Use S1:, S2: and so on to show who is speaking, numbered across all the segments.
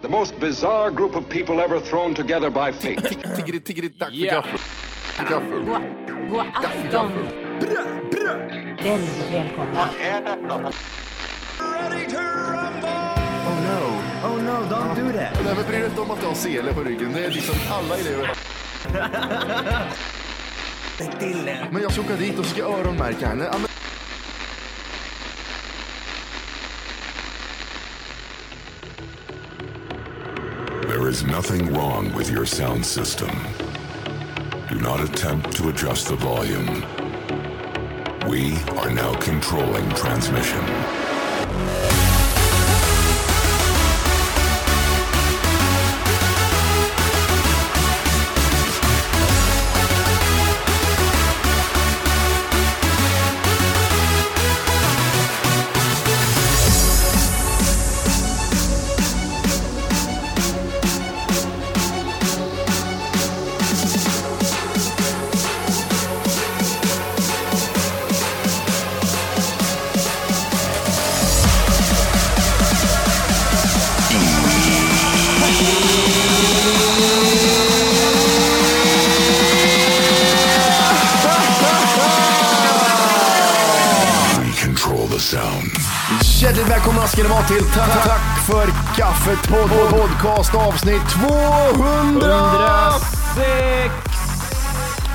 S1: The most bizarre group of people ever thrown together by fate.
S2: Tiggeri, tiggeri, tack för
S3: Yeah.
S2: kaffet. För
S4: Oh
S2: kaffet.
S5: God afton. Väldigt välkomna.
S4: Oh no, oh no, don't do that.
S2: Nej, men bry dig inte om att jag har sele på ryggen. Det är liksom alla elever.
S4: Lägg till den.
S2: Men jag ska åka dit och ska öronmärka henne. Ja, men...
S6: There is nothing wrong with your sound system. Do not attempt to adjust the volume. We are now controlling transmission. We control the sound.
S2: Hjärtligt välkomna ska ni vara till Tack, tack för kaffet pod, pod, podcast avsnitt 200
S3: 106!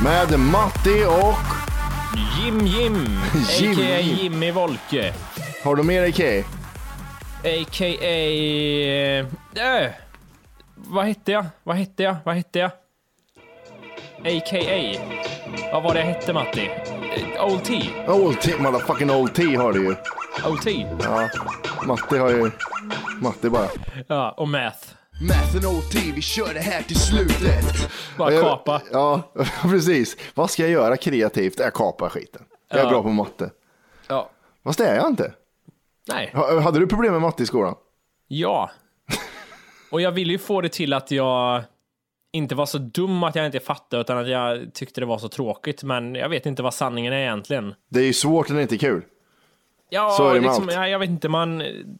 S2: med Matti och...
S3: Jim Jim,
S2: Jim
S3: a.k.a.
S2: Jim.
S3: Jimmy Wolke,
S2: Har du mer IK?
S3: a.k.a... Äh, vad hette jag? Vad hette jag? Vad hette jag? A.k.a. Vad var det jag hette, Matti? Eh, Old T.
S2: Old T, motherfucking Old T har du ju.
S3: Old T.
S2: Ja, Matti har ju... Matti bara.
S3: Ja, och Math.
S2: Math and Old T, vi kör det här till slutet.
S3: Bara
S2: Ja, jag-
S3: kapa.
S2: Ja, precis. Vad ska jag göra kreativt? Jag kapar skiten. Jag är
S3: Ja.
S2: bra på matte.
S3: Ja.
S2: Fast det är jag inte.
S3: Nej.
S2: Ha- Hade du problem med matte i skolan?
S3: Ja. Och jag ville ju få det till att jag inte var så dum att jag inte fattade, utan att jag tyckte det var så tråkigt. Men jag vet inte vad sanningen är egentligen.
S2: Det är ju svårt när det inte är kul.
S3: Ja,
S2: Så är det med
S3: liksom,
S2: allt.
S3: jag, jag vet inte, man,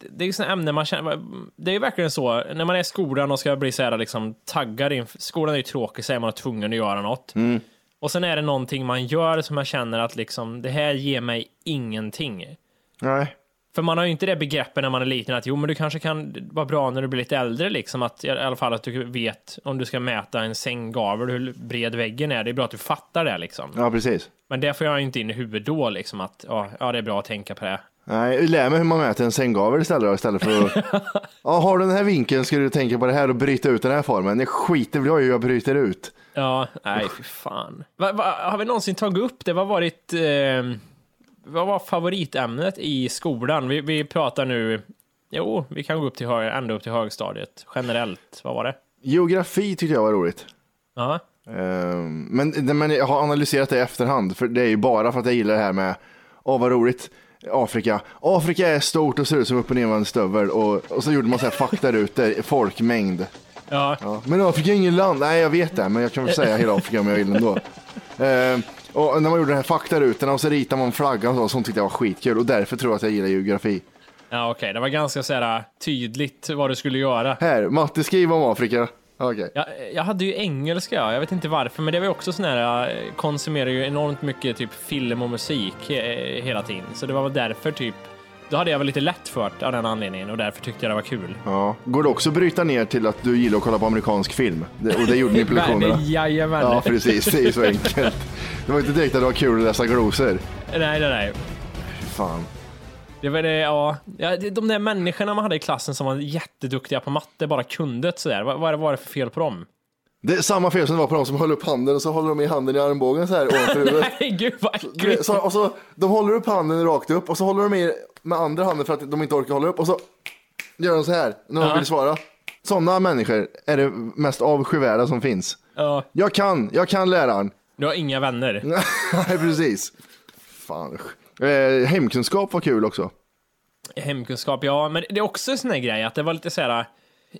S3: det är ju sådana ämnen man känner, det är ju verkligen så, när man är i skolan och ska bli så här, liksom, taggad inför, skolan är ju tråkig, så är man tvungen att göra något.
S2: Mm.
S3: Och sen är det någonting man gör som man känner att liksom, det här ger mig ingenting.
S2: Nej.
S3: För man har ju inte det begreppet när man är liten att jo, men du kanske kan vara bra när du blir lite äldre, liksom att i alla fall att du vet om du ska mäta en sänggavel, hur bred väggen är. Det är bra att du fattar det liksom.
S2: Ja, precis.
S3: Men det får jag ju inte in i huvudet då, liksom att ja, ja, det är bra att tänka på det.
S2: Nej, lär mig hur man mäter en sänggavel istället då, istället för att... ja, har du den här vinkeln ska du tänka på det här och bryta ut den här formen. Det skiter väl jag i hur jag bryter ut.
S3: Ja, nej, fy fan. Va, va, har vi någonsin tagit upp det? Vad var ditt... Eh, vad var favoritämnet i skolan? Vi, vi pratar nu... Jo, vi kan gå upp till hö, ända upp till högstadiet. Generellt, vad var det?
S2: Geografi tyckte jag var roligt.
S3: Ja,
S2: Ehm, Men, nej, men jag har analyserat det i efterhand, för det är ju bara för att jag gillar det här med, åh vad roligt, Afrika. Afrika är stort och ser ut som upp och nervända stövel och, och så gjorde man så här fakta ute, folkmängd.
S3: ja,
S2: Ja. Men Afrika är inget land, nej jag vet det, men jag kan väl säga hela Afrika om jag vill ändå. Ehm, och när man gjorde den här faktarutorna och så ritade man flaggan och så, sånt tyckte jag var skitkul och därför tror jag att jag gillar geografi.
S3: ja okej. Det var ganska så här, eh, tydligt vad du skulle göra.
S2: Här, Matte skriver om Afrika. Okej.
S3: Jag, jag hade ju engelska, ja. jag vet inte varför, men det var ju också sån här, jag konsumerar ju enormt mycket typ film och musik eh, hela tiden. Så det var väl därför typ, då hade jag väl lite lätt för det av den anledningen och därför tyckte jag det var kul.
S2: Ja. Går det också att bryta ner till att du gillar att kolla på amerikansk film? Det, och det gjorde ni på lektionerna.
S3: Jajamän.
S2: Ja, precis. Det är ju så enkelt. Det var inte direkt att det var kul att läsa glosor.
S3: Nej, nej, nej.
S2: Fan.
S3: Det var det, ja. Ja, det- De där människorna man hade i klassen som var jätteduktiga på matte, bara kunde det sådär. Vad, vad var det för fel på dem?
S2: Det är samma fel som det var på de som höll upp handen och så håller de i handen i armbågen så här ovanför huvudet.
S3: Nej, gud vad
S2: Du vet,
S3: äckligt.
S2: Så, och så, de håller upp handen rakt upp och så håller de i med andra handen för att de inte orkar hålla upp och så gör de så här när de
S3: Ja.
S2: vill svara. Sådana människor är det mest avskyvärda som finns.
S3: Ja,
S2: Jag kan, jag kan läraren.
S3: du har inga vänner.
S2: Nej, precis. Fan. usch. Eh, hemkunskap var kul också.
S3: Hemkunskap, ja, men det är också en sån här grej att det var lite så här.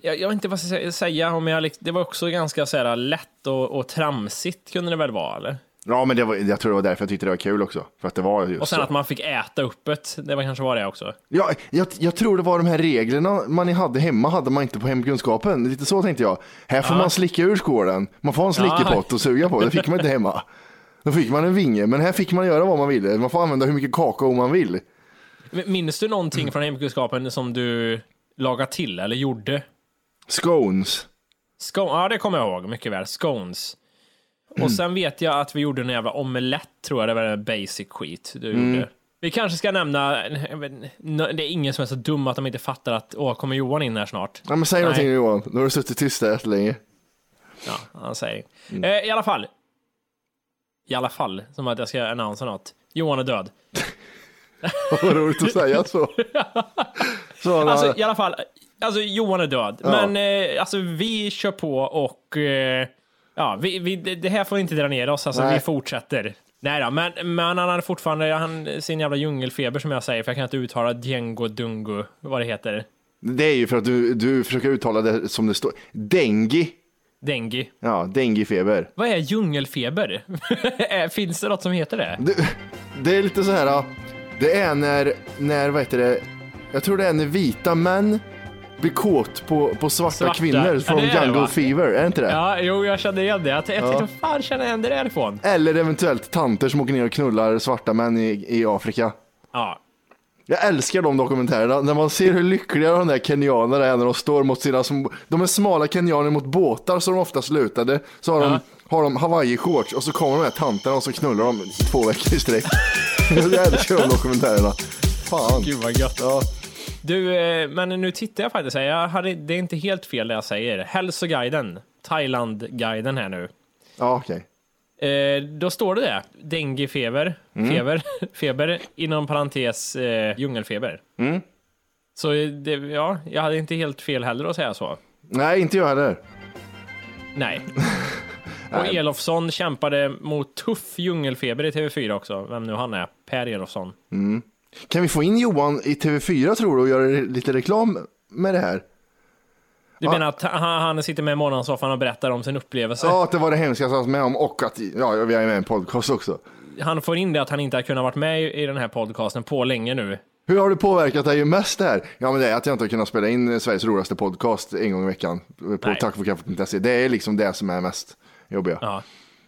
S3: Jag, jag vet inte vad jag ska säga om jag, likt- det var också ganska så här lätt och, och tramsigt kunde det väl vara, eller?
S2: Ja, men det var, jag tror det var därför jag tyckte det var kul också. För att det var just
S3: Och sen
S2: så.
S3: att man fick äta öppet, det var kanske var det också.
S2: Ja, jag, jag tror det var de här reglerna man hade hemma hade man inte på hemkunskapen. Lite så tänkte jag. Här får man slicka ur skålen. Man får en slickepott och suga på. Det fick man inte hemma. Då fick man en vinge, men här fick man göra vad man ville. Man får använda hur mycket kakao man vill.
S3: Men Minns du
S2: Mm.
S3: någonting från hemkunskapen som du lagade till eller gjorde?
S2: Scones.
S3: Scone, ja, det kommer jag ihåg mycket väl. Scones. Och sen vet jag att vi gjorde en jävla omelett, tror jag. Det var en basic skit du gjorde. Vi kanske ska nämna, jag vet- nå- det är ingen som är så dum att de inte fattar att, åh, kommer Johan in här snart?
S2: Ja, men säg
S3: Nej.
S2: någonting nu Johan. Nu har du suttit tyst där länge.
S3: Ja, han säger eh, I alla fall. I alla fall, som att jag ska annonsera något. Johan är död.
S2: Vad roligt att säga så. så han,
S3: Alltså i alla fall, alltså Johan är död. Men eh, alltså vi kör på och eh, ja, vi, vi, det det här får inte dra ner oss. Alltså
S2: Nej.
S3: vi fortsätter. Nej då, men, men han hade fortfarande han, sin jävla djungelfeber som jag säger, för jag kan inte uttala Django Dungo, vad det heter.
S2: det är ju för att du, du försöker uttala det som det står. Dengi.
S3: Dengi.
S2: Ja, denguefeber.
S3: Vad är djungelfeber? Eh, Finns det något som heter det?
S2: Det, det är lite så här. ja. Det är när, när, vad heter det? Jag tror det är när vita män blir kåt på, på svarta,
S3: Svarta.
S2: kvinnor
S3: Ja,
S2: från
S3: det är det,
S2: Jungle
S3: va?
S2: Fever, är det inte det?
S3: Ja, jo, jag kände igen det. Jag tänkte, ja. fan känner jag igen det därifrån?
S2: Eller eventuellt tanter som åker ner och knullar svarta män i, i Afrika.
S3: Ja,
S2: Jag älskar de dokumentärerna, när man ser hur lyckliga de där kenyanerna är när de står mot sina, sm- de är smala kenyaner mot båtar som de ofta slutade, så har de,
S3: Ja.
S2: har de hawaii-shorts och så kommer de här tanterna och så knullar de i två veckor i sträck. jag älskar de dokumentärerna. Fan.
S3: gud vad gött.
S2: Ja.
S3: Du, eh, men nu tittar jag faktiskt här. Jag hade, det är inte helt fel det jag säger. Hälsoguiden, Thailand-guiden här nu.
S2: Ja, okej.
S3: Eh, då står det det. Denguefeber, feber, feber, inom parentes eh, djungelfeber. Så eh, det, ja, jag hade inte helt fel heller att säga så.
S2: Nej, inte jag heller.
S3: Nej. Och Elofsson kämpade mot tuff djungelfeber i TV4 också, vem nu han är. Per Elofsson.
S2: Kan vi få in Johan i TV4 tror du och göra lite reklam med det här?
S3: Du menar att han, han sitter med i morgonsoffan och berättar om sin upplevelse?
S2: Ja, att det var det hemskaste jag varit med om och att ja, vi är med i en podcast också.
S3: Han får in det att han inte har kunnat varit med i, i den här podcasten på länge nu.
S2: Hur har det påverkat dig mest det här? Ja, men det är att jag inte har kunnat spela in Sveriges roligaste podcast en gång i veckan på
S3: Nej.
S2: tackforkaffet.se. Det är liksom det som är mest jobbiga.
S3: Ja.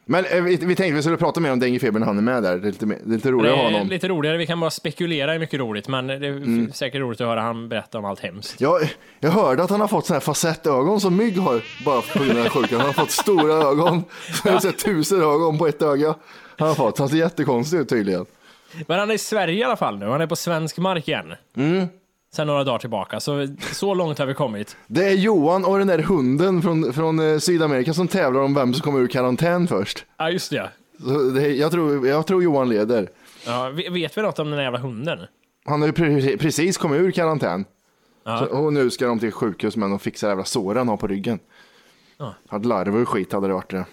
S2: Men eh, vi, vi tänkte vi skulle prata mer om denguefebern när han är med där. Det är lite, mer- det är lite roligare att
S3: Det
S2: ha
S3: är
S2: honom. Mm.
S3: lite roligare, vi kan bara spekulera i mycket roligt, men det är säkert roligt att höra han berätta om allt hemskt.
S2: Jag, jag hörde att han har fått såna här facettögon som mygg har, bara på grund av den här sjukan. Han har fått stora ögon, så här tusen ögon på ett öga. Han har fått, han ser jättekonstig ut tydligen.
S3: Men han är i Sverige i alla fall nu, han är på svensk mark igen.
S2: Mm.
S3: Sen några dagar tillbaka, så, så långt har vi kommit.
S2: Det är Johan och den där hunden från, från eh, Sydamerika som tävlar om vem som kommer ur karantän först.
S3: Ja, just det.
S2: Så det, jag, tror, jag tror Johan leder.
S3: Ja, vi- vet vi något om den här jävla hunden?
S2: Han har ju pre- precis kommit ur karantän. Så, och nu ska de till sjukhus men de fixar jävla såren han har på ryggen.
S3: Ja.
S2: Hade larver och skit hade det varit det.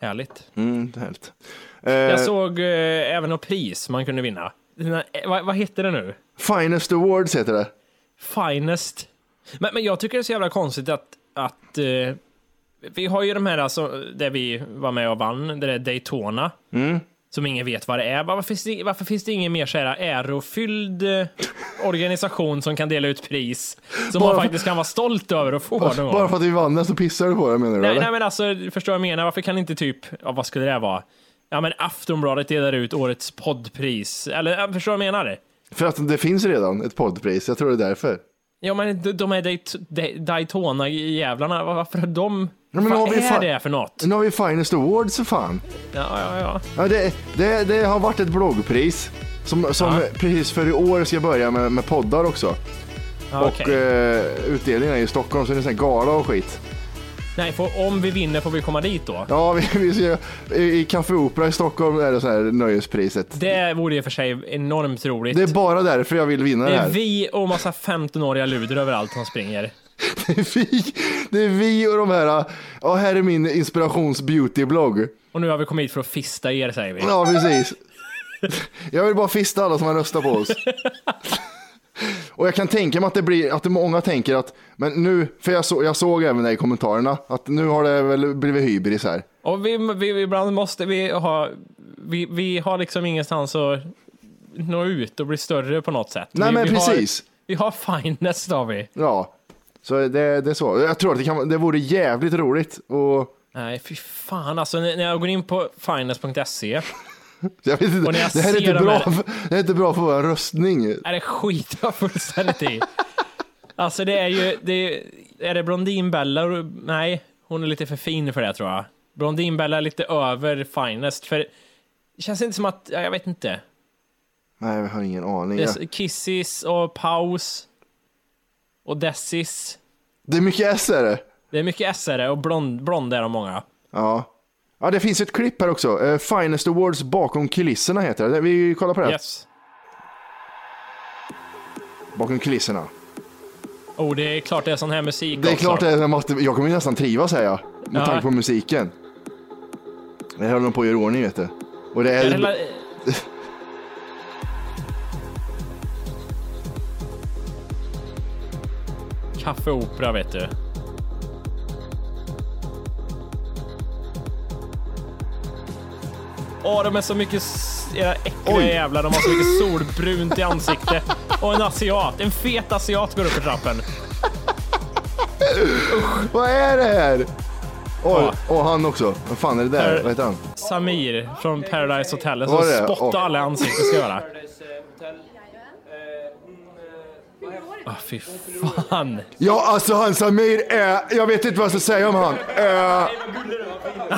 S3: Härligt.
S2: Mm, det är helt.
S3: Jag
S2: Eh,
S3: såg eh, även något pris man kunde vinna. Den här, eh, vad, vad heter det nu?
S2: Finest Awards heter det.
S3: finest. Men, men jag tycker det är så jävla konstigt att, att eh, vi har ju de här alltså, där vi var med och vann, det där Daytona.
S2: Mm.
S3: Som ingen vet vad det är. Varför finns det, varför finns det ingen mer så här ärofylld eh, organisation som kan dela ut pris? Som
S2: Bara
S3: man
S2: för-
S3: faktiskt kan vara stolt över att få någon gång?
S2: Bara för att vi vann den så pissar du på det menar du?
S3: Nej,
S2: eller?
S3: nej men alltså, förstår vad jag menar? Varför kan inte typ, ja, vad skulle det här vara? Ja men Aftonbladet delar ut årets poddpris. Eller, ja, förstår du vad jag menar?
S2: För att det finns redan ett poddpris, jag tror det är därför.
S3: Ja men de, de är Dayt- Day- Daytona-jävlarna, Va- varför har de...
S2: men har
S3: vad
S2: vi
S3: är
S2: fan-
S3: det för något?
S2: Nu har vi Finest Awards för fan.
S3: Ja, ja, ja.
S2: Ja, det, det, det har varit ett bloggpris som, som
S3: Ja.
S2: precis för i år ska börja med, med poddar också.
S3: ja
S2: Och
S3: okej.
S2: eh, utdelningen är i Stockholm så det är en gala och skit.
S3: Nej, för om vi vinner får vi komma dit då.
S2: Ja, vi, vi ser, i, i Café Opera i Stockholm är det så här nöjespriset.
S3: Det vore i och för sig enormt roligt.
S2: Det är bara därför jag vill vinna det
S3: Det är
S2: här.
S3: vi och massa 15-åriga luder överallt som springer.
S2: Det är vi, det är vi och de här, ja här är min inspirations beautyblogg.
S3: Och nu har vi kommit hit för att fista er, säger vi.
S2: Ja, precis. Jag vill bara fista alla som har röstat på oss. Och jag kan tänka mig att det blir, att det många tänker att, men nu, för jag, så, jag såg även det i kommentarerna, att nu har det väl blivit hybris här.
S3: Och vi, vi, vi- ibland måste vi ha, vi, vi har liksom ingenstans att nå ut och bli större på något sätt.
S2: Nej,
S3: vi,
S2: men
S3: vi
S2: precis.
S3: Har, vi har finest har vi.
S2: Ja, så det, det är så. Jag tror att det, kan, det vore jävligt roligt och
S3: Nej, fy fan alltså. När när jag går in på finest.se
S2: jag vet inte,
S3: Och när jag
S2: det här är
S3: ser
S2: inte
S3: de
S2: bra,
S3: här-
S2: för- det här är inte bra för vår röstning.
S3: är det skit jag fullständigt i. Alltså det är ju, det är, är det Blondinbella? Nej, hon är lite för fin för det tror jag. Blondinbella är lite över finest, för det känns inte som att, ja, jag vet inte.
S2: Nej, jag har ingen aning.
S3: Det
S2: Det
S3: är
S2: är,
S3: s- Kissis och Paus och Dessis.
S2: mycket S är det.
S3: Det är mycket S-are och blond, blonda är de många.
S2: Ja. ja, det finns ett klipp här också. Eh, Finest Awards bakom kulisserna heter det. Vi kollar på det. här.
S3: Yes.
S2: Bakom kulisserna.
S3: Oh, det är klart det är sån här musik
S2: Det är
S3: också.
S2: klart, det är, Matte, jag kommer ju nästan trivas här jag. Med
S3: Ja.
S2: tanke på musiken. Det här håller de på att göra i ordning vet du. Och det
S3: Är
S2: är...
S3: det la- Kaffe och opera vet du. Åh, de är så mycket s- era äckliga
S2: Oj.
S3: jävlar. De har så mycket solbrunt i ansiktet. Och en asiat, en fet asiat går upp för trappen.
S2: Vad är det här? Oj,
S3: Ja.
S2: och han också. Vad fan är det där?
S3: Här-
S2: Vad heter han?
S3: Samir från Paradise Hotel som
S2: Var det?
S3: spottar
S2: Åh.
S3: alla i ansiktet ska göra. Ah, fy fan.
S2: Ja, alltså han Samir är... Jag vet inte vad jag ska säga om han. Eh,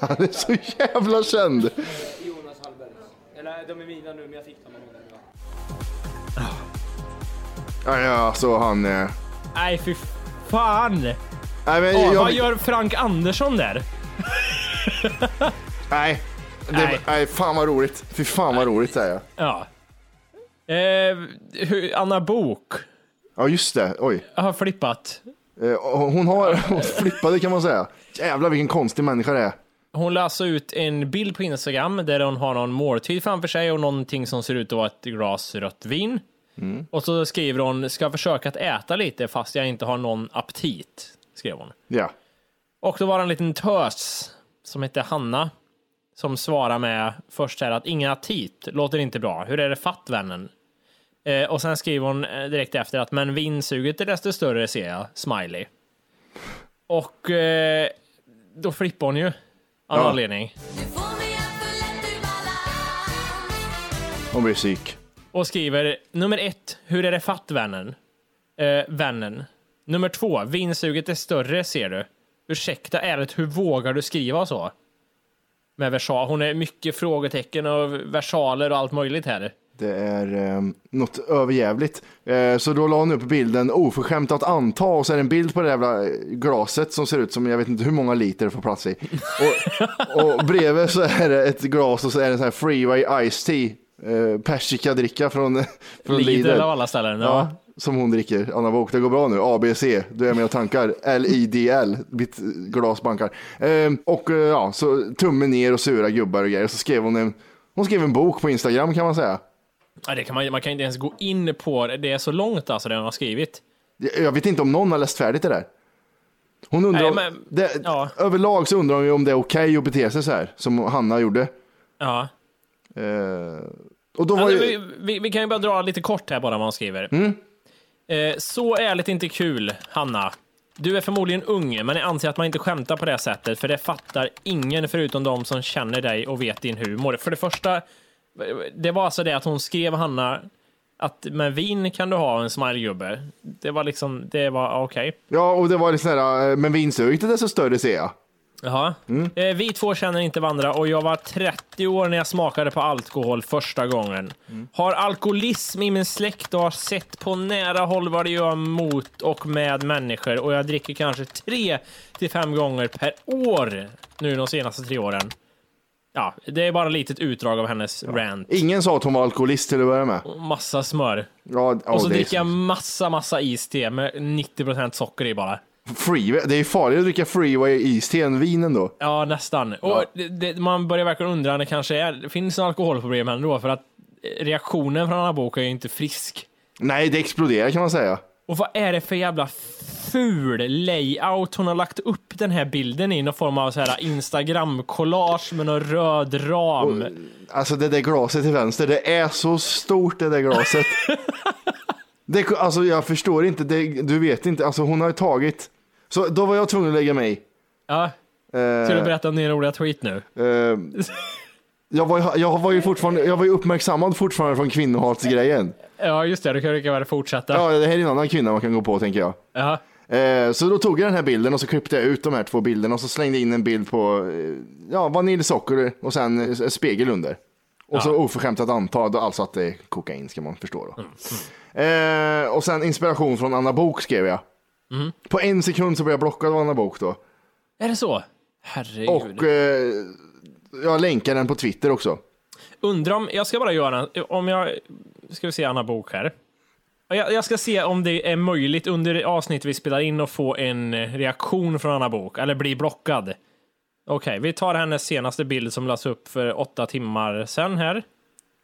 S2: han är så jävla känd.
S7: Jonas Hallbergs. Eller de är mina nu, men jag fick dem av honom. Ja.
S2: Ja, ja, alltså han... eh,
S3: Nej, fy fan.
S2: Nej, men
S3: Åh,
S2: jag...
S3: Vad gör Frank Andersson där?
S2: Nej. Det, nej.
S3: Nej.
S2: fan vad roligt. Fy fan vad roligt säger jag.
S3: Ja. Eh, hur- Anna Bok
S2: Ja, just det. Oj.
S3: har flippat.
S2: Eh, Hon har... Hon flippade kan man säga. Jävlar vilken konstig människa det är.
S3: Hon la alltså ut en bild på Instagram där hon har någon måltid framför sig och någonting som ser ut att vara ett glas rött vin.
S2: Mm.
S3: Och så skriver hon, ska försöka att äta lite fast jag inte har någon aptit. Skrev hon.
S2: Ja.
S3: Och då var det en liten tös som hette Hanna som svarar med först här att ingen aptit låter inte bra. Hur är det fatt vännen? Eh, och sen skriver hon eh, direkt efter att men vinsuget är desto större ser jag, smiley. Och eh, då flippar hon ju av någon anledning
S2: Hon blir psyk.
S3: och skriver nummer ett, hur är det fatt vännen? Eh, vännen. Nummer två, vinsuget är större ser du. Ursäkta ärligt, hur vågar du skriva så? Med versal. Hon är mycket frågetecken och versaler och allt möjligt här.
S2: Det är eh, något överjävligt. Eh, så då la hon upp bilden oförskämt att anta och så är det en bild på det jävla eh, glaset som ser ut som jag vet inte hur många liter det får plats i. Och, och bredvid så är det ett glas och så är det en sån här freeway ice tea. Eh, persikadricka från, från Lidl.
S3: Lidl av alla ställen.
S2: Ja,
S3: Ja.
S2: som hon dricker, Anna Wok. Det går bra nu. A, B, C, du är mina tankar. L, I, D, L, mitt glas bankar. Ehm, och eh, ja, så tummen ner och sura gubbar och grejer. Så skrev hon en, hon skrev en bok på Instagram kan man säga.
S3: Ja, det kan man, man kan inte ens gå in på det. Det är så långt alltså det hon har skrivit.
S2: Jag- Jag vet inte om någon har läst färdigt det där. Hon undrar,
S3: Nej,
S2: om-
S3: men-
S2: det,
S3: ja.
S2: överlag så undrar hon ju om det är okej att bete sig så här, som Hanna gjorde.
S3: Ja.
S2: Ehm, och då var
S3: Alltså,
S2: ju, Mm.
S3: vi, vi, vi kan ju bara dra lite kort här bara vad hon skriver. Eh, så ärligt inte kul, Hanna. Du är förmodligen ung, men jag anser att man inte skämtar på det sättet, för det fattar ingen förutom de som känner dig och vet din humor. För det första, det var alltså det att hon skrev Hanna att med vin kan du ha en smilegubbe. Det var liksom, det var ja, okej.
S2: ja, och det var lite sådär, eh, men vinsuget är desto större ser jag.
S3: Jaha. Eh, vi två känner inte varandra och jag var 30 år när jag smakade på alkohol första gången. Har alkoholism i min släkt och har sett på nära håll vad det gör mot och med människor och jag dricker kanske tre till fem gånger per år nu de senaste tre åren. Ja, det är bara ett litet utdrag av hennes rant.
S2: Ingen sa att hon var alkoholist till att börja med.
S3: Massa smör.
S2: Ja, ja,
S3: Mm. och så
S2: det är
S3: dricker jag massa, massa iste med 90% socker i bara.
S2: Freeway, det är farligare att dricka freeway iste än vin ändå.
S3: Ja, nästan. Och det, det, man börjar verkligen undra, det kanske är, finns det alkoholproblem ändå? För att reaktionen från den här boken är ju inte frisk.
S2: Nej, det exploderar kan man säga.
S3: Och vad är det för jävla ful layout hon har lagt upp den här bilden i. Någon form av så här Instagram-collage med någon röd ram.
S2: Alltså det där glaset till vänster, det är så stort det där glaset. det, alltså jag förstår inte, det, du vet inte, alltså hon har ju tagit. Så då var jag tvungen att lägga mig i.
S3: Ja,
S2: Eh,
S3: ska du berätta om din roliga tweet nu?
S2: eh, jag, var, ju- jag var ju fortfarande, jag var ju uppmärksammad fortfarande från kvinnohatsgrejen.
S3: Ja, just det. Du kan lika väl fortsätta.
S2: Ja, det här är en annan kvinna man kan gå på tänker jag.
S3: Ja.
S2: Eh, så då tog jag den här bilden och så klippte jag ut de här två bilderna och så slängde jag in en bild på eh, ja, vaniljsocker och sen eh, ett spegel under. Och så oförskämtat antag, då alltså att det är kokain ska man förstå då.
S3: Mm,
S2: Eh, och sen inspiration från Anna Bok skrev jag.
S3: Mm.
S2: På en sekund så blev jag blockad av Anna Bok då.
S3: Är det så? Herregud.
S2: Och eh, jag länkar den på Twitter också.
S3: Undrar om, jag ska bara göra, om jag, ska vi se Anna Bok här. Jag, jag ska se om det är möjligt under det avsnitt vi spelar in att få en reaktion från Anna Bok eller bli blockad. Okej, vi tar hennes senaste bild som lades upp för åtta timmar sedan här.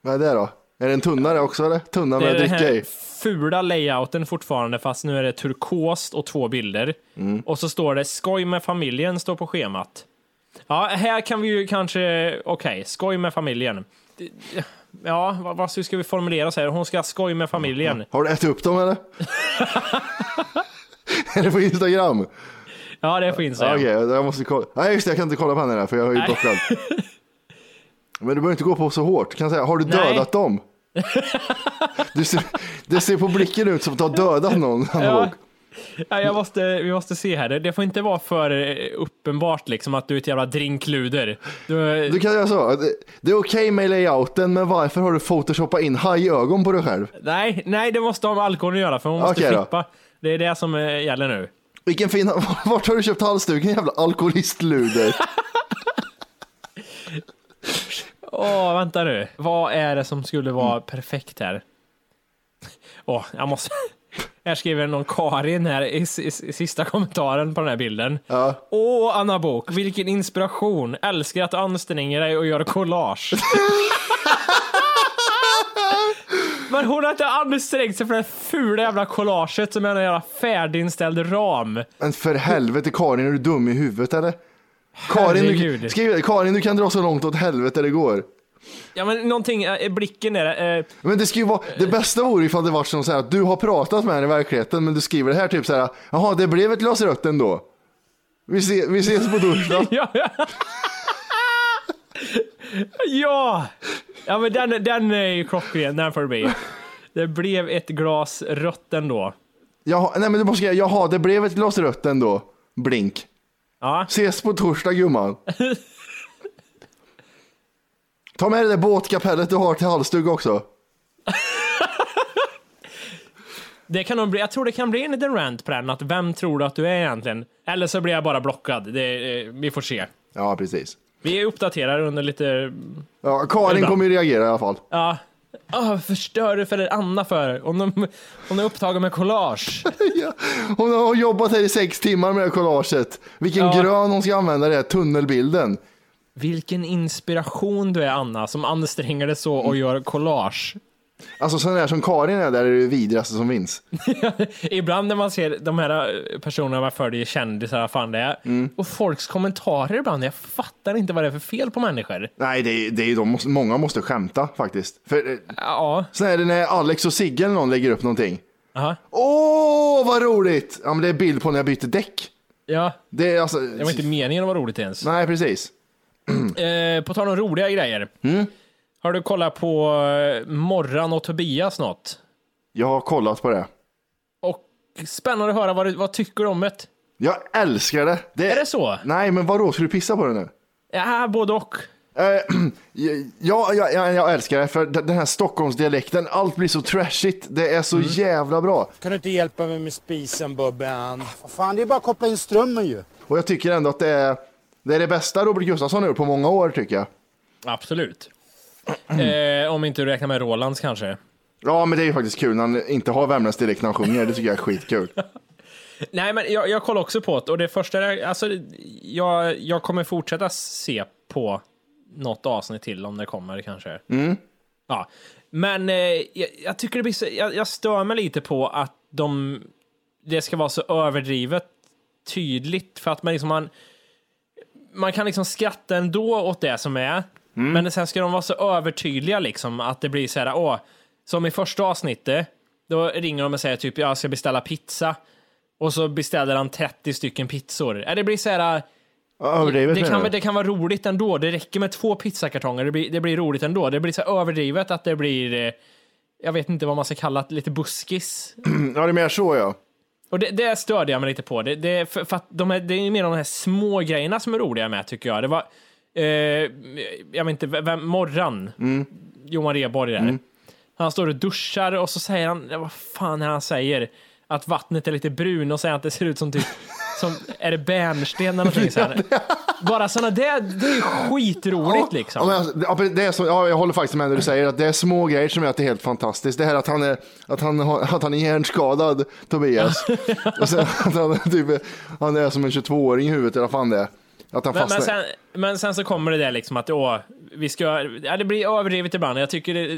S2: Vad är det då? Är det en tunnare också eller? Tunna
S3: Det
S2: med
S3: är den
S2: dricka
S3: här
S2: i?
S3: fula layouten fortfarande, fast nu är det turkost och två bilder. Och så står det skoj med familjen står på schemat. Ja, här kan vi ju kanske, okej, skoj med familjen. Ja, vad, vad hur ska vi formulera så här? Hon ska ha skoj med familjen.
S2: Har du ätit upp dem eller? är det på Instagram?
S3: Ja, det får
S2: Ja,
S3: Instagram.
S2: Okej, jag måste kolla. Nej just det, jag kan inte kolla på henne där för jag har ju
S3: Nej.
S2: blockad. Men du behöver inte gå på så hårt. Kan jag säga, har du
S3: Nej.
S2: dödat dem? Du ser, det ser på blicken ut som att du har dödat någon.
S3: Ja.
S2: Ja.
S3: Ja, jag måste, vi måste se här. Det, det får inte vara för eh, uppenbart liksom att du är ett jävla drinkluder. Du,
S2: Du kan göra så. Det- Det är okej med layouten, men varför har du photoshopat in hajögon på dig själv?
S3: Nej, nej, det måste ha med alkoholen att göra för hon måste
S2: Okej då.
S3: flippa. Det är det som eh, gäller nu.
S2: Vilken fin... Vart har du köpt halsduken jävla alkoholistluder?
S3: Åh, vänta nu. Vad är det som skulle vara perfekt här? Åh, jag måste... Här skriver någon Karin här i, s- i, s- i sista kommentaren på den här bilden.
S2: Ja.
S3: Åh, Anna Bok, vilken inspiration. Älskar att du anstränger dig och gör collage. Men hon har inte ansträngt sig för det fula jävla collaget som är en jävla färdiginställd ram.
S2: Men för helvete Karin, är du dum i huvudet eller? Karin du,
S3: Herregud.
S2: skriv, det. Karin, du kan dra så långt åt helvete det går.
S3: Ja, men någonting, eh, blicken är... Eh,
S2: Men det skulle ju vara, det bästa vore ifall det var som så här att du har pratat med henne i verkligheten men du skriver det här typ så här, jaha det blev ett glas rött ändå. Vi, se, vi ses på torsdag.
S3: Ja, ja. ja! Ja, men den, den är ju klockren. Den får det bli. Det blev ett glas rött ändå.
S2: Jaha, nej men du måste skriva, jaha det blev ett glas rött ändå. Blink.
S3: Ja.
S2: Ses på torsdag gumman. Ta med det där båtkapellet du har till halsduk också.
S3: Det kan nog bli, jag tror det kan bli en liten rant på den, att vem tror du att du är egentligen? Eller så blir jag bara blockad. Det, eh, vi får se.
S2: Ja precis.
S3: Vi uppdaterar under lite...
S2: Ja, Karin
S3: Ibland.
S2: kommer ju reagera i alla fall.
S3: Ja. Ah, vad förstör du för Anna för? Hon är, hon är upptagen med collage.
S2: Ja, Hon har jobbat här i sex timmar med det här collaget. Vilken
S3: Ja.
S2: grön hon ska använda det här tunnelbilden.
S3: Vilken inspiration du är Anna, som anstränger dig så och gör collage.
S2: Alltså sådana där som Karin är där är det vidrigaste som finns.
S3: Ibland när man ser de här eh, personerna man följer, kändisar, vad fan det är, och folks kommentarer ibland, jag fattar inte vad det är för fel på människor.
S2: Nej, det är, det är de måste, många måste skämta faktiskt. För, eh,
S3: Ja,
S2: så är det när Alex och Sigge eller någon lägger upp någonting.
S3: aha,
S2: Åh, vad roligt! Ja, men det är bild på när jag byter däck.
S3: ja.
S2: Det är alltså...
S3: Det var inte meningen att vara roligt ens.
S2: Nej, precis.
S3: Eh, på tal om roliga grejer. Har du kollat på eh, Morran och Tobias något?
S2: Jag har kollat på det.
S3: Och spännande att höra vad du vad tycker du om det.
S2: Jag älskar det.
S3: Är det så?
S2: Nej, men vadå, ska du pissa på det nu?
S3: Ja, både och.
S2: Eh, ja, ja, ja, jag älskar det, för d- den här Stockholmsdialekten, allt blir så trashigt. Det är så
S3: Mm.
S2: jävla bra.
S8: Kan du inte hjälpa mig med spisen, Bubben?
S9: Vad fan, det är bara att koppla in strömmen ju.
S2: Och jag tycker ändå att det är det, är det bästa Robert Gustafsson har gjort på många år, tycker jag.
S3: Absolut. Eh, om inte du räknar med Rolands kanske.
S2: Ja, men det är ju faktiskt kul när han inte har värmlandsdialekt när han sjunger. Det tycker jag är skitkul.
S3: Nej, men jag, jag kollar också på det och det första, jag- alltså, jag, jag kommer fortsätta se på något avsnitt till om det kommer kanske. Ja, men eh, jag, jag tycker det blir så, jag, jag stör mig lite på att de det ska vara så överdrivet tydligt för att man liksom man, man kan liksom skratta ändå åt det som är, men sen ska de vara så övertydliga liksom att det blir så här, åh, som i första avsnittet, då ringer de och säger typ jag ska beställa pizza och så beställer han 30 stycken pizzor. Äh, Det blir så här,
S2: Överdrivet
S3: det
S2: menar
S3: kan,
S2: du?
S3: det kan vara roligt ändå. Det räcker med två pizzakartonger. Det blir, det blir roligt ändå. Det blir så här överdrivet att det blir, eh, jag vet inte vad man ska kalla det, lite buskis.
S2: Ja, det är mer så ja.
S3: Och det, det störde jag mig lite på. Det, det, för, för att de är, det är ju mer de här små grejerna som är roliga med tycker jag. Det var, eh, jag vet inte, vem, Morran, Johan Rheborg där. Han står och duschar och så säger han, vad fan är det han säger? Att vattnet är lite brun och säger att det ser ut som typ, som, är det bärnsten eller någonting så här. Bara sådana där, det är ju skitroligt liksom.
S2: Ja, men alltså, ja, men det är så, ja, jag håller faktiskt med när du säger att det är små grejer som gör att det är helt fantastiskt. Det här att han är, att han har, att han är hjärnskadad, Tobias. och sen att han, typ, är- han är som en 22-åring i huvudet, eller vad fan det är. Att han
S3: Men,
S2: fastnar.
S3: men, sen, men sen så kommer det där liksom att åh, vi ska, ja, det blir överdrivet ibland. Jag tycker det,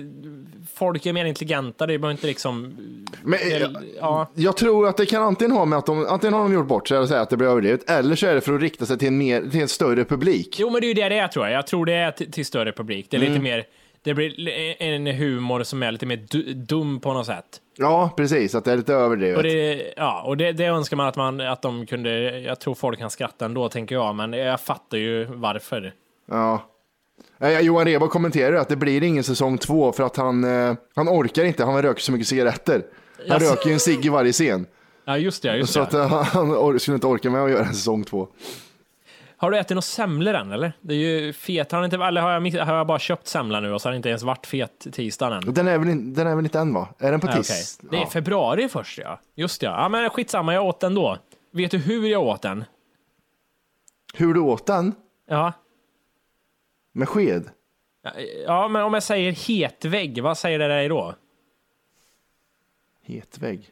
S3: folk är mer intelligenta, det behöver inte liksom...
S2: Men,
S3: eller- ja.
S2: Jag tror att det kan antingen ha med att de, antingen har de gjort bort sig och säga att det blir överdrivet, eller så är det för att rikta sig till en, mer, till en större publik.
S3: Jo men det är ju det det är tror jag. Jag tror det är till, till större publik. Det är
S2: Mm.
S3: lite mer, det blir li- en humor som är lite mer du, dum på något sätt.
S2: Ja, precis, att det är lite överdrivet.
S3: Och det, ja, och det, det önskar man att, man att de kunde, jag tror folk kan skratta ändå tänker jag, men jag fattar ju varför.
S2: Ja. Eh, Johan Rheborg kommenterar att det blir ingen säsong två för att han, eh, han orkar inte, han röker så mycket cigaretter. Han
S3: Jaså?
S2: röker ju en cigg i varje scen.
S3: Ja just det, just
S2: Så
S3: det.
S2: att eh, han or- skulle inte orka med att göra en säsong två.
S3: Har du ätit några semlor än eller? Det är ju fet, har du inte, eller har jag, miss- har jag bara köpt semla nu och så har det inte ens varit fet tisdagen än?
S2: Och Den är väl, in, den är väl inte än va? Är den på
S3: Ja,
S2: tiss?
S3: okej. Det är
S2: Ja.
S3: februari först ja. Just ja. ja men skitsamma, jag åt den då. Vet du hur jag åt den?
S2: Hur du åt den?
S3: Ja.
S2: Med sked?
S3: Ja, men om jag säger hetvägg, vad säger det dig då?
S2: Hetvägg?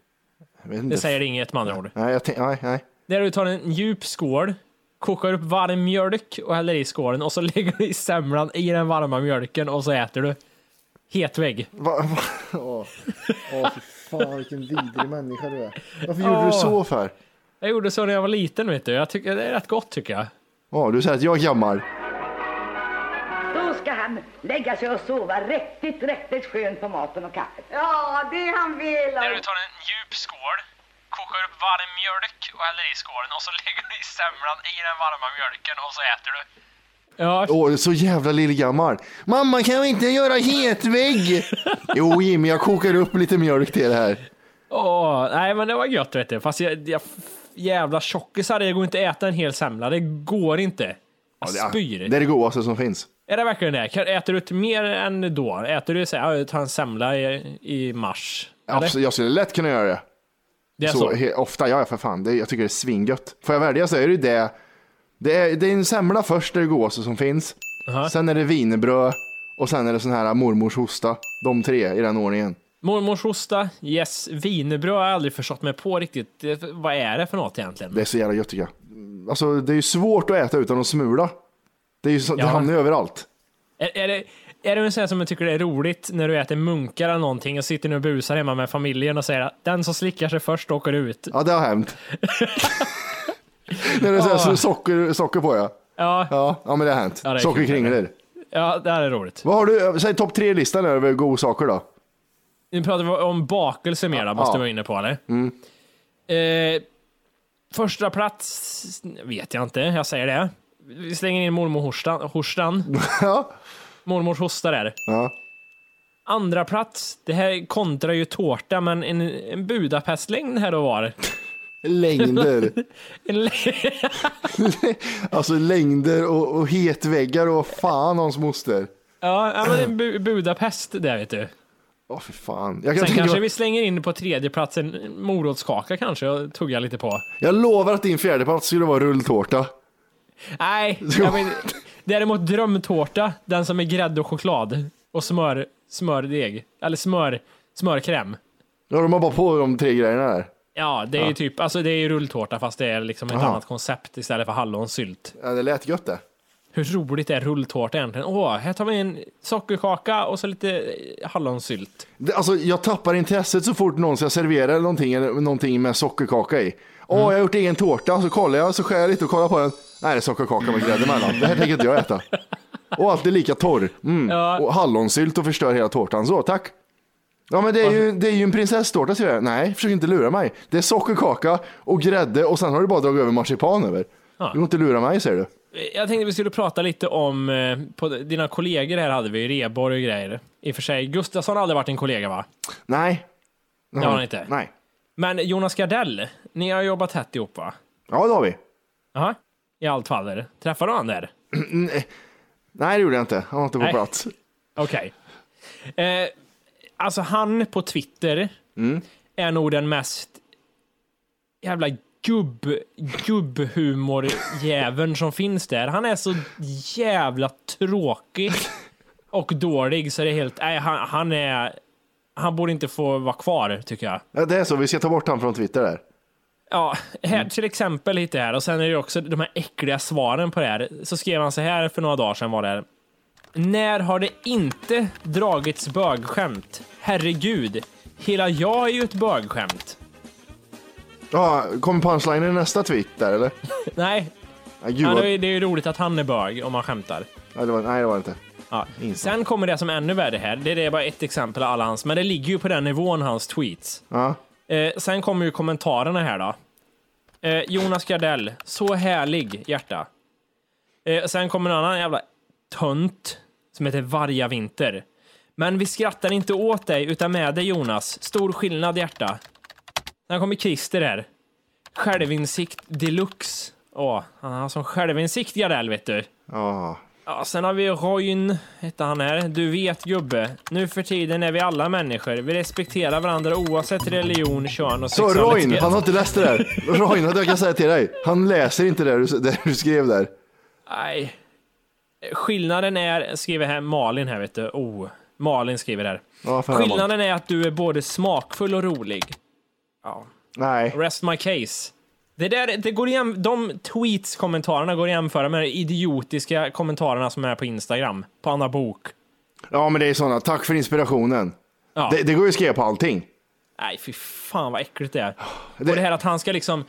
S2: Jag vet inte.
S3: Det säger inget med andra ord.
S2: Nej, jag tänk, nej, nej.
S3: Där du tar en djup skål, kokar upp varm mjölk och häller i skålen och så lägger du i semlan i den varma mjölken och så äter du. Hetvägg.
S2: Va, va? Åh, Åh, fy fan vilken vidrig människa du är. Varför gjorde du
S3: Åh.
S2: så för?
S3: Jag gjorde så när jag var liten, vet du. Jag tycker det är rätt gott tycker jag.
S2: Ja, du säger att jag är gammal.
S10: Då ska han lägga sig och sova riktigt, riktigt skönt på maten och kaffet.
S5: Ja, det han vill.
S3: Där du tar en djup skål, kokar upp varm mjölk och häller i skålen och så lägger du i semlan i den varma mjölken och så äter du. Ja,
S2: Åh, så jävla lillgammal. Mamma, kan vi inte göra hetvägg? jo, Jimmy, jag kokar upp lite mjölk till det här.
S3: Åh, nej men det var gött vet du. Fast jag, jag jävla tjockisar, det går inte att äta en hel semla. Det går inte. Jag spyr.
S2: Det är det godaste som finns.
S3: Är det verkligen det? Kan, äter du ett mer än då? Äter du såhär, jag tar en semla i, i mars? Eller?
S2: Absolut, jag skulle lätt kunna göra det.
S3: Det är
S2: Så,
S3: så.
S2: he- ofta, ja ja, för fan. Det, jag tycker det är svingött. Får jag välja så är det ju det. Det är, det är en semla först, det är det godaste som finns.
S3: Aha.
S2: Sen är det wienerbröd och sen är det sån här mormors hosta. De tre i den ordningen.
S3: Mormors hosta, yes. Wienerbröd har jag aldrig förstått mig på riktigt. Det- Vad är det för något egentligen?
S2: Det är så jävla gött tycker jag. Alltså, det är ju svårt att äta utan att smula. Det, är ju så,
S3: Ja.
S2: det hamnar ju överallt.
S3: Är, är det, är det en sån här som du tycker det är roligt när du äter munkar eller någonting och sitter nu och busar hemma med familjen och säger att den som slickar sig först åker ut?
S2: Ja, det har hänt. När det är så här, så socker, socker på ja.
S3: Ja, ja.
S2: Ja, ja men det har hänt.
S3: Ja, det är
S2: Sockerkringlor.
S3: kul. det här är roligt.
S2: Vad har du, säg topp tre-listan över godsaker då.
S3: Nu pratar vi om bakelse mer, då, måste vi vara inne på eller? Eh, första plats vet jag inte, jag säger det. Vi slänger in mormor horstan. horstan.
S2: Ja.
S3: Mormors hosta där.
S2: Ja.
S3: Andra plats, det här kontrar ju tårta, men en, en budapestlängd här och var.
S2: Längder.
S3: En, lä-
S2: Alltså längder och, och hetväggar och fan hans moster.
S3: ja, ja, men en bu, Budapest där vet du.
S2: Åh för fan. Jag, kan
S3: Sen
S2: tänka,
S3: kanske
S2: mig-
S3: vi slänger in på tredje platsen en morotskaka kanske och tuggar lite på.
S2: jag lovar att din fjärdeplats skulle vara rulltårta.
S3: Nej, jag men, däremot drömtårta, den som är grädde och choklad och smör, smördeg, eller smör, smörkräm.
S2: Ja, de har bara på de tre grejerna där.
S3: Ja, det är ju typ, alltså det är ju rulltårta fast det är liksom ett
S2: Aha.
S3: annat koncept istället för hallonsylt.
S2: Ja, det lät gött det.
S3: hur roligt är rulltårta egentligen? Åh, här tar vi en sockerkaka och så lite hallonsylt.
S2: Det- Alltså, jag tappar intresset så fort någon ska servera någonting, eller någonting med sockerkaka i. Åh,
S3: Mm.
S2: jag har gjort egen tårta, så kollar jag, så skär jag lite och kollar på den. Nej, det är sockerkaka med grädde emellan. Det här tänker inte jag äta. Och allt är lika torr. Mm.
S3: Ja.
S2: Och hallonsylt och förstör hela tårtan. Så, tack. Ja, men det är ju, det är ju en prinsesstårta, säger jag. Nej, försök inte lura mig. Det är sockerkaka och grädde och sen har du bara dragit över marsipan över. Du går inte lura mig, säger du.
S3: Jag tänkte vi skulle prata lite om, eh, på dina kollegor här hade vi, Reborg och grejer. I och för sig, Gustafsson har aldrig varit en kollega va?
S2: Nej. Det
S3: har han inte.
S2: Nej.
S3: Men Jonas Gardell, ni har jobbat tätt ihop va?
S2: Ja, det har vi.
S3: Jaha, i allt faller. Träffade du han där?
S2: Nej, det gjorde jag inte. Han var inte på
S3: Nej.
S2: plats.
S3: Okej. Eh, alltså han på Twitter är nog den mest jävla gubb, gubbhumorjäveln som finns där. Han är så jävla tråkig och dålig så det är helt... Nej, han, han är... Han borde inte få vara kvar, tycker jag.
S2: Ja, Det är så, vi ska ta bort han från Twitter där.
S3: Ja, här till exempel lite här och sen är det också de här äckliga svaren på det här. Så skrev han så här för några dagar sedan var det här. När har det inte dragits bögskämt? Herregud, hela jag är ju ett bögskämt.
S2: Ja, kommer punchlinen i nästa tweet där eller?
S3: Nej,
S2: Nej, gud
S3: han
S2: vad...
S3: är, det är ju roligt att han är bög om man skämtar.
S2: Nej, det var, nej, det var det inte.
S3: Ja. Sen kommer det som är ännu värre här. Det är bara ett exempel av alla hans, men det ligger ju på den nivån hans tweets.
S2: Ja.
S3: Eh, sen kommer ju kommentarerna här då. Eh, Jonas Gardell, så härlig hjärta. Eh, sen kommer en annan jävla tönt som heter Varja Vinter. Men vi skrattar inte åt dig utan med dig Jonas. Stor skillnad hjärta. Sen kommer Christer här. Självinsikt deluxe. Åh, han har sån självinsikt Gardell vet du.
S2: Ja.
S3: Ja, sen har vi Royn, hette han här. Du vet gubbe, nu för tiden är vi alla människor. Vi respekterar varandra oavsett religion, kön och
S2: Så
S3: sexualitet.
S2: Roin, han har inte läst det där. Roin, jag kan säga till dig. Han läser inte det du, det du skrev där.
S3: Nej. Skillnaden är, skriver här Malin här vet du. Oh, Malin skriver här.
S2: Ja, fan, Roin.
S3: Skillnaden är att du är både smakfull och rolig. Ja,
S2: Nej.
S3: rest my case. Det där, det går igen, de tweets, kommentarerna går att jämföra med de idiotiska kommentarerna som är på Instagram, på Anna Bok.
S2: Ja, men det är sådana. Tack för inspirationen.
S3: Ja.
S2: Det, det går ju att skriva på allting.
S3: Nej, fy fan vad äckligt det är.
S2: Det-
S3: Och det här att han ska liksom,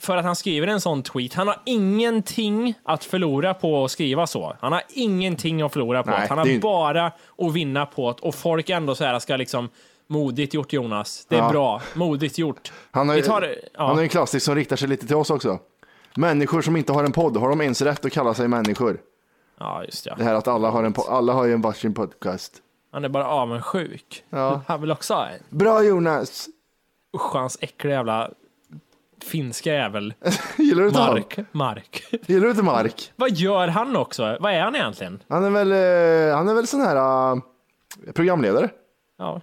S3: för att han skriver en sån tweet, han har ingenting att förlora på att skriva så. Han har ingenting att förlora på
S2: Nej,
S3: att. Han
S2: det är
S3: har
S2: ju-
S3: bara att vinna på att, och folk ändå så här ska liksom, modigt gjort Jonas. Det är
S2: Ja.
S3: bra, modigt gjort.
S2: Han har ju
S3: Vi tar, ja.
S2: han har ju en klassisk som riktar sig lite till oss också. Människor som inte har en podd, har de ens rätt att kalla sig människor?
S3: ja, just ja.
S2: Det här att alla har en, po- alla har ju en varsin podcast.
S3: Han är bara avundsjuk.
S2: Ja.
S3: Han vill också ha en.
S2: Bra Jonas!
S3: Usch, hans äckliga jävla finska jävel.
S2: Gillar du inte han?
S3: Mark. Mark.
S2: Gillar du inte Mark?
S3: Vad gör han också? Vad är han egentligen?
S2: Han är väl, eh, han är väl sån här eh, programledare.
S3: Ja.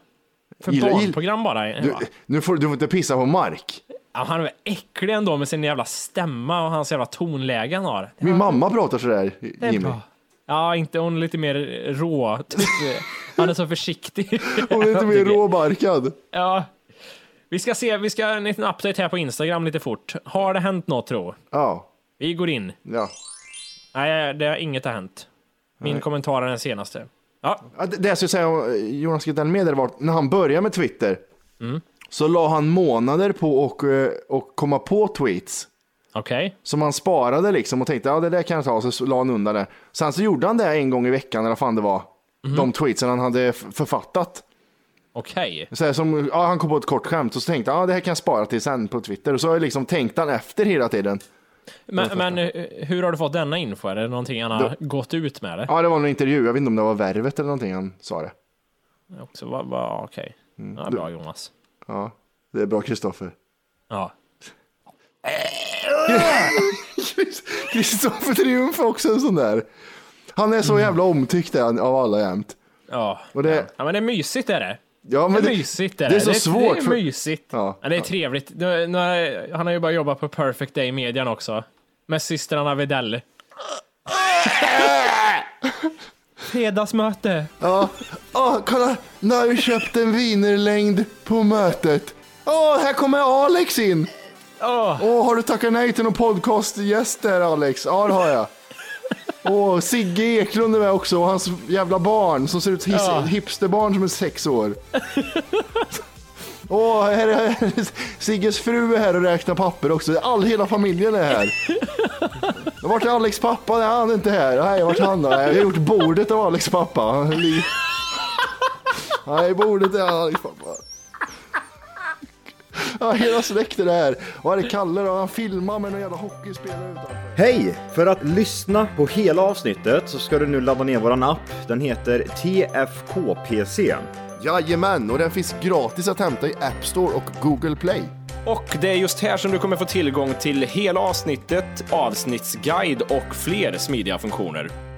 S3: För
S2: Gillar- gill-
S3: barnprogram bara.
S2: Du,
S3: va?
S2: nu får du får inte pissa på Mark.
S3: Ja, han är väl äcklig ändå med sin jävla stämma och hans jävla tonläge han har.
S2: Min mamma pratar sådär,
S3: Det är
S2: Jimmy.
S3: bra. Ja, inte hon är lite mer rå. typ. Han är så försiktig.
S2: Hon är lite mer råbarkad.
S3: Ja. Vi ska se, vi ska ha en liten update här på Instagram lite fort. Har det hänt något tro?
S2: Ja,
S3: Vi går in.
S2: ja.
S3: Nej, det har inget har hänt. Min kommentar är den senaste. Ja,
S2: Ja, Det det jag skulle säga om eh, Jonas Gardell med det var att när han började med Twitter så la han månader på att och, eh, och komma på tweets
S3: okej.
S2: som han sparade liksom och tänkte ja det där kan jag ta och så la han undan det. Sen så gjorde han det en gång i veckan eller vad fan det var. De tweetsen han hade f- författat.
S3: Okej.
S2: Så här som, ja, han kom på ett kort skämt och så tänkte han ah, det här kan jag spara till sen på Twitter. Och så har jag liksom tänkt han efter hela tiden.
S3: Men, men eh, hur har du fått denna info? Är det någonting han har gått ut med? Det?
S2: Ja, det var en intervju. Jag vet inte om det var Värvet eller någonting han sa det.
S3: Också, va, va, okej.
S2: Mm.
S3: Ja, bra Jonas.
S2: Ja, det är bra Kristoffer.
S3: Ja.
S2: Kristoffer Triumf är också en sån där. Han är så jävla omtyckt är han av alla jämt.
S3: Ja.
S2: Och det,
S3: Ja men det är mysigt är det.
S2: ja, men
S3: det är
S2: det,
S3: mysigt
S2: det
S3: är
S2: är
S3: det.
S2: så svårt
S3: Det är
S2: för-
S3: mysigt.
S2: Ja.
S3: Ja. det är trevligt. Nu, nu, har- han har ju bara jobbat på Perfect Day Median också. Med systrarna Widell. Fredagsmöte.
S2: ja. Åh, kolla, nu har jag köpt en vinerlängd på mötet. Åh, här kommer Alex in.
S3: Åh,
S2: Åh, har du tackat nej till någon podcastgäst där Alex? Ja, det har jag. Åh, Sigge Eklund är med också och hans jävla barn som ser ut som his-
S11: Ja.
S2: hipsterbarn som är sex år. Åh, här är, Sigges fru är här och räknar papper också. All, hela familjen är här. Vart är Alex pappa? Nej, han är inte här. Nej, vart är han då? Nej, Jag har gjort bordet av Alex pappa. Han ligger- Nej, bordet är Alex pappa. Ja, hela släkten är här. Och här är Kalle då, han filmar med någon jävla hockeyspelare utanför.
S12: Hej! För att lyssna på hela avsnittet så ska du nu ladda ner våran app. Den heter TFKPC.
S2: Jajamän, och den finns gratis att hämta i App Store och Google Play.
S3: Och det är just här som du kommer få tillgång till hela avsnittet, avsnittsguide och fler smidiga funktioner.